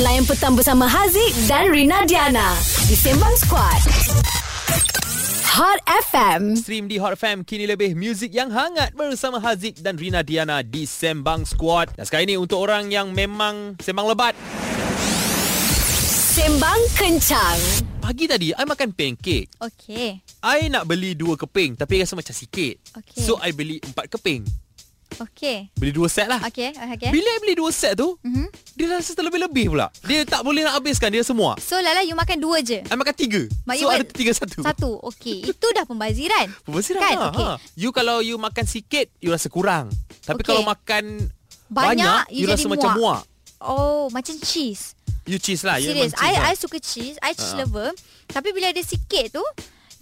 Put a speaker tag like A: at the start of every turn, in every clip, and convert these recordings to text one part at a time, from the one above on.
A: Layan petang bersama Haziq dan Rina Diana di Sembang Squad. Hot FM.
B: Stream di Hot FM Kini lebih muzik yang hangat Bersama Haziq dan Rina Diana Di Sembang Squad Dan sekarang ini untuk orang yang memang Sembang lebat
A: Sembang Kencang.
B: Pagi tadi I makan pancake
C: Okey.
B: I nak beli dua keping Tapi rasa macam sikit
C: Okey.
B: So I beli empat keping
C: Okey.
B: Beli dua set lah
C: Okey, okey.
B: Bila I beli dua set tu
C: Mhm.
B: Dia rasa terlebih-lebih pula Dia tak boleh nak habiskan Dia semua
C: So Lala you makan dua je.
B: I makan tiga
C: Mak
B: So
C: you
B: ada
C: buat
B: tiga satu
C: Satu. Okey. Itu dah pembaziran.
B: Pembersih
C: Kan?
B: lah
C: Okey.
B: ha. You kalau you makan sikit You rasa kurang Tapi
C: Okey.
B: kalau makan
C: Banyak,
B: Banyak
C: you
B: You,
C: jadi
B: rasa macam
C: muak.
B: muak
C: Oh, macam cheese.
B: You cheese lah you
C: Serius.
B: memang cheese lah.
C: I I suka cheese. I cheese
B: Ha.
C: lover. Tapi bila ada sikit tu,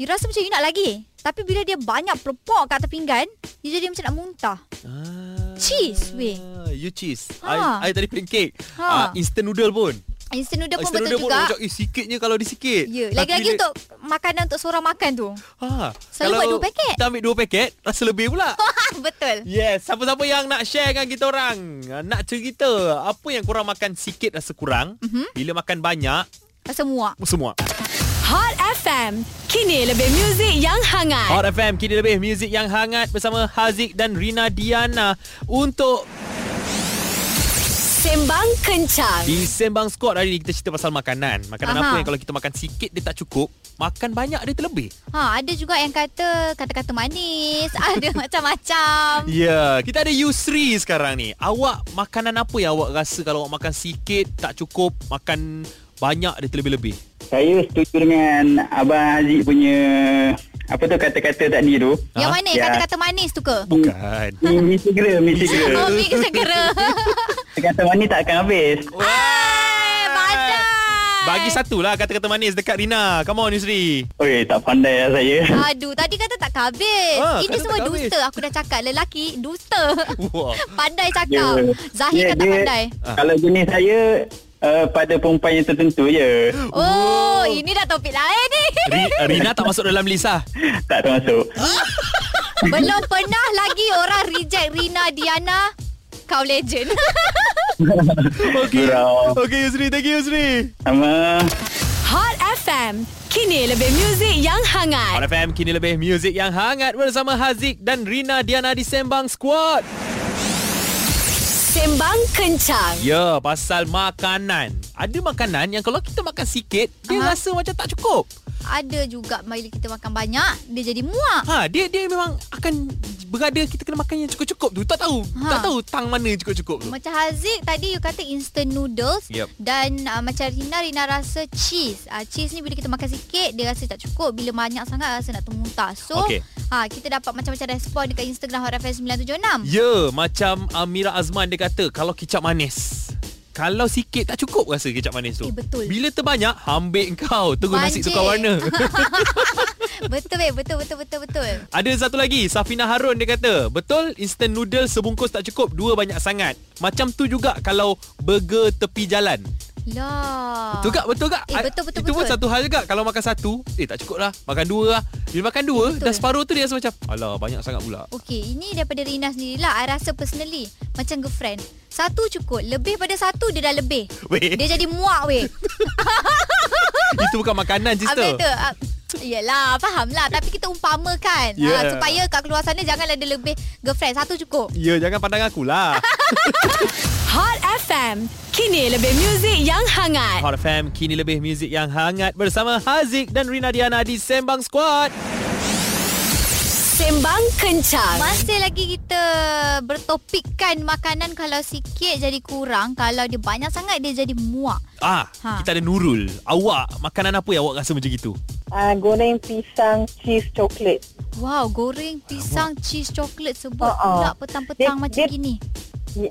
C: you rasa macam you nak lagi. Tapi bila dia banyak pelopok kat atas pinggan, you jadi macam nak muntah.
B: Ah,
C: Cheese, weh.
B: You cheese. Ha.
C: Ha.
B: I, I tadi pancake. Ha.
C: Ha.
B: Uh, instant noodle pun.
C: Instant noodle pun
B: instant
C: betul
B: noodle
C: juga.
B: pun macam, eh, sikitnya kalau disikit.
C: Ya, lagi-lagi untuk makanan untuk seorang makan tu.
B: Ha.
C: Selalu buat dua paket.
B: Kita ambil dua paket, rasa lebih pula.
C: betul.
B: Yes, siapa-siapa yang nak share dengan kita orang ah, Nak cerita Apa yang korang makan sikit rasa kurang
C: Mhm.
B: mm-hmm. Bila makan banyak
C: Rasa muak.
B: Semua
A: Hot FM. Kini lebih muzik yang hangat.
B: Hot FM Kini lebih Muzik yang hangat Bersama Haziq dan Rina Diana Untuk
A: Sembang Kencang.
B: Di Sembang Squad hari ni kita cerita pasal makanan. Makanan
C: Aha.
B: apa yang kalau kita makan sikit dia tak cukup, makan banyak dia terlebih.
C: Ha, ada juga yang kata kata-kata manis, ada
B: Ya,
C: macam-macam.
B: yeah. kita ada Yusri sekarang ni. Awak makanan apa yang awak rasa kalau awak makan sikit tak cukup, makan banyak dia terlebih-lebih?
D: Saya setuju dengan Abang Haziq punya apa tu kata-kata tadi tu.
C: Yang
B: Ha?
C: mana yang
D: Ya.
C: kata-kata manis tu ke?
B: Bukan.
D: Mi- Mi segera, mi segera.
C: Oh, mik segera.
D: Kata mana tak akan habis.
C: Hai, badai.
B: Bagi satu lah kata-kata manis dekat Rina. Come on Yusri.
D: Oi, tak pandai lah saya.
C: Aduh, tadi kata tak habis.
B: Ah,
C: Ini
B: kata
C: semua
B: tak habis.
C: dusta. Aku dah cakap lelaki dusta.
B: Wah. Ya.
C: pandai cakap. Zahir kata pandai.
B: Ah.
D: Kalau jenis saya, uh, pada perempuan yang tertentu je.
C: Oh, ini dah topik lain ni.
B: Ri- Rina tak masuk dalam list lah.
D: Tak termasuk.
C: Belum pernah lagi orang reject Rina Diana. Kau legend.
B: Okay.
D: Surau.
B: Okay Yusri, thank you Yusri.
D: Sama.
A: Hot FM. Kini lebih muzik yang hangat.
B: Hot FM kini lebih muzik yang hangat bersama Haziq dan Rina Diana di Sembang Squad.
A: Sembang Kencang.
B: Ya, pasal makanan. Ada makanan yang kalau kita makan sikit, dia
C: Aha.
B: rasa macam tak cukup.
C: Ada juga bila kita makan banyak, dia jadi muak.
B: Ha, dia dia memang akan berada kita kena makan yang cukup-cukup tu. Tak tahu,
C: Ha.
B: tak tahu tang mana yang cukup-cukup tu.
C: Macam Haziq tadi you kata instant noodles
B: Yup.
C: dan uh, macam Rina Rina rasa cheese. Uh, cheese ni bila kita makan sikit dia rasa tak cukup, bila banyak sangat rasa nak termuntah. So
B: Okey.
C: ha kita dapat macam-macam respon dekat Instagram Hot FM 976.
B: Ya, macam Amira Azman dia kata kalau kicap manis. Kalau sikit tak cukup rasa kicap manis tu.
C: Eh, betul.
B: Bila terbanyak, hambik kau. Terus nasi
C: Banjir.
B: tukar warna.
C: betul babe, betul betul betul betul.
B: Ada satu lagi Safina Harun dia kata Betul instant noodle sebungkus tak cukup Dua banyak sangat Macam tu juga kalau burger tepi jalan
C: Lah.
B: Betul tak? Betul tak?
C: Eh,
B: Ah,
C: betul, betul,
B: Itu pun
C: betul.
B: satu hal juga Kalau makan satu Eh tak cukup lah Makan dua lah Bila makan dua
C: Betul.
B: Dah separuh tu dia rasa macam Alah banyak sangat pula
C: Okey, ini daripada Rina sendirilah. I rasa personally macam girlfriend. Satu cukup. Lebih pada satu dia dah lebih.
B: Weh
C: Dia jadi muak weh.
B: Itu bukan makanan
C: Habis
B: sister
C: tu ah, Yelah faham lah Tapi kita umpamakan yeah.
B: Yeah.
C: Supaya kat keluar sana Jangan ada lebih Girlfriend satu cukup
B: Ya jangan pandang lah. akulah
A: Hot FM. Kini lebih muzik yang hangat.
B: Hot FM Kini lebih muzik yang hangat Bersama Haziq dan Rina Diana Di Sembang Squad
A: Sembang Kencang.
C: Masih lagi kita Bertopikkan makanan Kalau sikit jadi kurang Kalau dia banyak sangat Dia jadi muak
B: Ah,
C: Ha.
B: Kita ada Nurul Awak Makanan apa yang awak rasa macam gitu?
E: uh, goreng pisang cheese coklat.
C: Wow goreng pisang cheese coklat Sebut
E: Ha, ha.
C: pula petang-petang
E: Dia-
C: macam
E: dia-
C: gini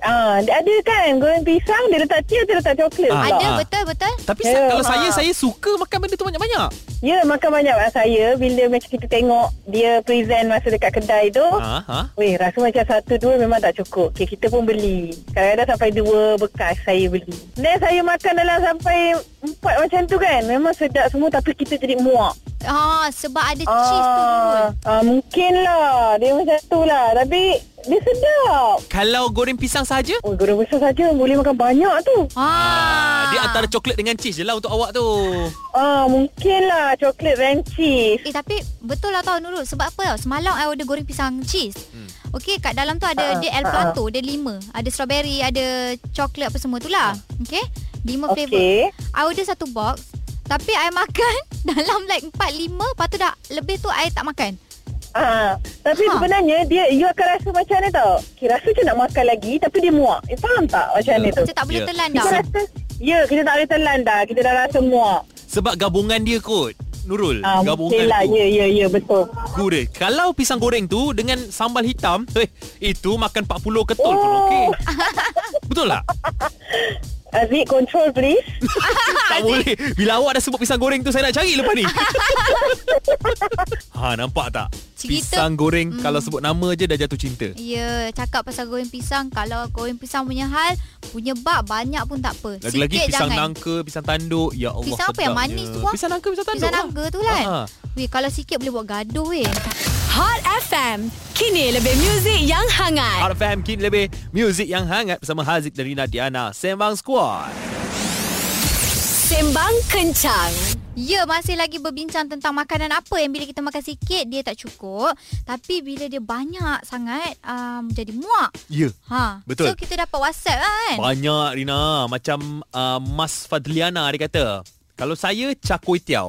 E: Ah, dia ada kan goreng pisang dia letak cheese dia letak coklat.
B: Ah.
E: Ah.
C: Ada
B: ha.
C: betul-betul
B: Tapi
E: Ya,
B: yeah, kalau
E: ha.
B: saya
C: Ah.
B: saya suka makan benda tu banyak-banyak.
E: Ya makan banyak mak saya bila macam kita tengok dia present masa dekat kedai tu.
C: Ah.
B: Ha ha.
E: Weh rasa macam satu dua memang tak cukup okay, Kita pun beli Kadang-kadang sampai dua bekas saya beli Dan saya makan dalam sampai empat macam tu kan Memang sedap semua tapi kita jadi muak
C: Ah, Sebab ada cheese tu Nurul.
E: ah, Mungkin lah Dia macam tu lah Tapi dia sedap
B: Kalau goreng pisang saja?
E: Oh goreng besar saja boleh makan banyak tu
C: Ah,
B: Dia antara coklat dengan cheese je lah untuk awak tu.
E: Ah, mungkinlah coklat rancis.
C: Eh tapi betul lah tau Nurul Sebab apa tau Semalam I order goreng pisang cheese
B: Hmm.
C: Okay kat dalam tu ada
E: Ha,
C: Dia El
E: ha.
C: Plato Dia lima Ada strawberry Ada coklat apa semua tu lah
B: Ah.
C: Okay Lima okay. flavour
E: Okey.
C: I order satu box Tapi I makan Dalam like empat lima Lepas tu dah Lebih tu I tak makan
E: Ah, tapi
C: Ha.
E: ha. sebenarnya dia you akan rasa macam mana tau. Okay, rasa macam nak makan lagi tapi dia muak. Eh, faham tak macam mana tu?
C: Kita tak
B: Ya.
C: boleh yeah. telan
E: Kita
C: dah
E: rasa Ya, kita tak boleh telan dah. Kita dah rasa muak.
B: Sebab gabungan dia kot. Nurul,
E: Ah,
B: gabungan
E: mungkin lah.
B: tu.
E: Ya, ya, ya. Betul.
B: Gurih. Kalau pisang goreng tu dengan sambal hitam, eh, itu makan 40 ketol pun
E: Oh.
B: okey. Betul tak?
E: Aziz, Uh, control please.
B: tak boleh. Bila awak dah sebut pisang goreng tu, saya nak cari lepas ni. ha, nampak tak?
C: Cerita-
B: Pisang goreng, hmm. kalau sebut nama je dah jatuh cinta.
C: Ya, cakap pasal goreng pisang Kalau goreng pisang punya hal Punya bak banyak pun tak apa
B: Lagi-lagi
C: Sikit
B: pisang
C: jangan
B: nangka, pisang tanduk. Ya Allah,
C: Pisang apa yang
B: sedapnya.
C: manis tu, Wak?
B: Pisang nangka, pisang tanduk.
C: Pisang
B: lah.
C: nangka tu kan
B: Ha.
C: Weh, kalau sikit boleh buat gaduh weh
A: Hot FM. Kini lebih muzik yang hangat.
B: Hot FM kini lebih Muzik yang hangat Bersama Haziq dan Rina Diana Sembang Squad
A: Sembang kencang.
C: Ya, masih lagi berbincang tentang makanan apa yang bila kita makan sikit dia tak cukup, tapi bila dia banyak sangat um, jadi muak.
B: Ya yeah.
C: Ha.
B: Betul.
C: So kita dapat WhatsApp kan.
B: Banyak Rina Macam uh, Mas Fadliana dia kata Kalau saya cak kuih tiaw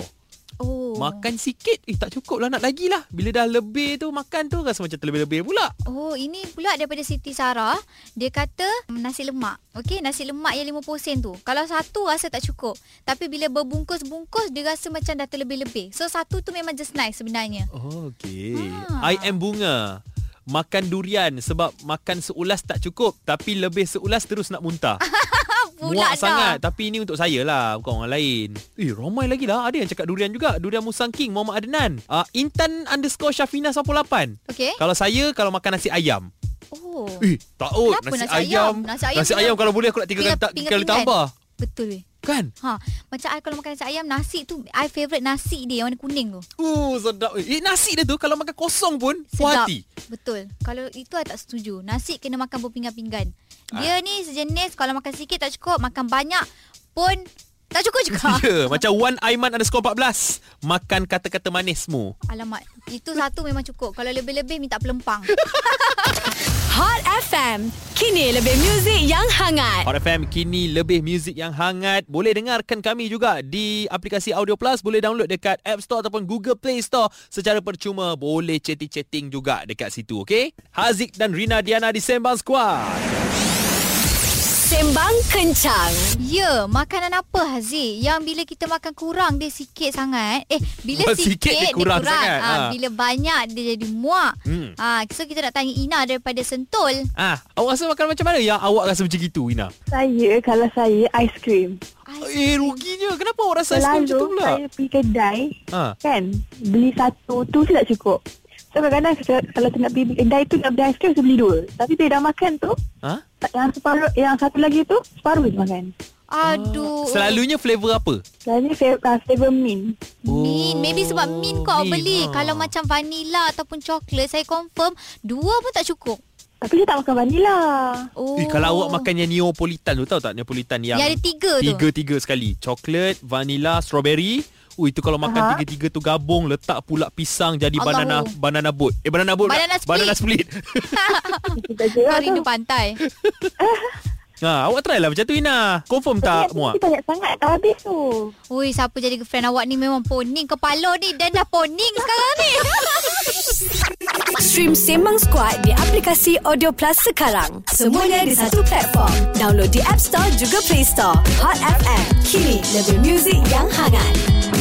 C: oh.
B: Makan sikit Eh tak cukup lah nak lagi lah Bila dah lebih tu Makan tu rasa macam terlebih-lebih pula
C: Oh, ini pula daripada Siti Sarah. Dia kata mm, nasi lemak. Okey, nasi lemak yang 50 sen tu. Kalau satu rasa tak cukup. Tapi bila berbungkus-bungkus, dia rasa macam dah terlebih-lebih. So, satu tu memang just nice sebenarnya.
B: Oh okay I
C: Ha.
B: am bunga Makan durian sebab makan seulas tak cukup tapi lebih seulas terus nak muntah.
C: Ah, pula
B: Muak sangat tapi ini untuk saya lah bukan orang lain. Eh ramai lagi lah ada yang cakap durian juga. Durian Musang King Muhammad Adnan. Uh, Intan underscore Syafina 98.
C: Okey.
B: Kalau saya kalau makan nasi ayam.
C: Oh.
B: Eh tak out
C: Kenapa
B: Nasi
C: nasi ayam? Nasi ayam
B: ayam, nasi
C: punya-
B: ayam kalau boleh aku nak tiga kali,
C: Pingat-
B: ta- tiga kali
C: pingat-pingat.
B: tambah.
C: Betul weh.
B: Kan?
C: Ha, macam I kalau makan nasi ayam, nasi tu I favourite nasi dia yang warna kuning tu.
B: Uh sedap. Eh nasi dia tu kalau makan kosong pun puas
C: Sedap.
B: hati.
C: Betul. Kalau itu I tak setuju. Nasi kena makan berpinggan-pinggan.
B: Ah.
C: Dia ni sejenis kalau makan sikit tak cukup, makan banyak pun tak cukup juga.
B: Ya, macam Wan Aiman underscore 14. Makan kata-kata manismu.
C: Alamak, itu satu memang cukup. Kalau lebih-lebih minta pelempang.
A: Hot FM. Kini lebih muzik yang hangat.
B: Hot FM kini lebih muzik yang hangat. Boleh dengarkan kami juga di aplikasi Audio Plus. Boleh download dekat App Store ataupun Google Play Store secara percuma. Boleh chatting-chatting juga dekat situ, okey? Haziq dan Rina Diana di Sembang Squad.
A: Sembang kencang.
C: ya, makanan apa Haziq yang bila kita makan kurang dia sikit sangat. Eh, bila
B: Bukan
C: sikit,
B: Oh, sikit, dia kurang sangat.
C: Ah,
B: Ha.
C: Bila banyak dia jadi muak.
B: Hmm.
C: Ah, so kita nak tanya Ina daripada Sentul.
B: Ah, awak rasa makan macam mana yang awak rasa macam gitu, Ina?
E: Saya, kalau saya, aiskrim.
B: Eh, ruginya. Kenapa awak rasa aiskrim macam tu
E: Selalu
B: pula?
E: saya pergi kedai,
B: Ha.
E: kan, beli satu tu je tak cukup. So kadang-kadang saya- kalau saya nak pergi kedai tu nak beli aiskrim, saya beli dua. Tapi bila dah makan tu,
B: Ha?
E: tak- yang separuh, yang satu lagi tu, separuh je makan.
B: Oh,
C: Aduh.
B: Selalunya flavor apa?
E: Selalunya flavor, uh, flavor mint.
C: Min Maybe sebab min
B: Oh,
C: kau
B: Min,
C: beli
B: ha.
C: Kalau macam vanilla Ataupun coklat Saya confirm Dua pun tak cukup
E: Tapi saya tak makan vanilla.
C: Oh
B: Eh, kalau awak makan yang Neapolitan tu tahu tak Neapolitan yang
C: Yang ada tiga, tu
B: Tiga-tiga sekali Coklat, vanila, strawberry Oh itu kalau makan
E: Aha.
B: tiga-tiga tu gabung Letak pula pisang jadi
C: Allahu.
B: banana banana boat Eh banana boat
C: Oh, Banana
B: pula. Banana split
E: Kita
C: Kau
E: je lah
C: rindu
E: tu.
C: pantai
B: ha, Awak try lah macam tu Ina Confirm tak muak
E: Tapi banyak sangat tak habis tu.
C: Ui siapa jadi girlfriend awak ni Memang poning Kepala ni Dan dah poning sekarang ni
A: Stream Sembang Squad di aplikasi Audio Plus sekarang. Semuanya di satu platform. Download di App Store juga Play Store. Hot FM. Kini lebih muzik yang hangat.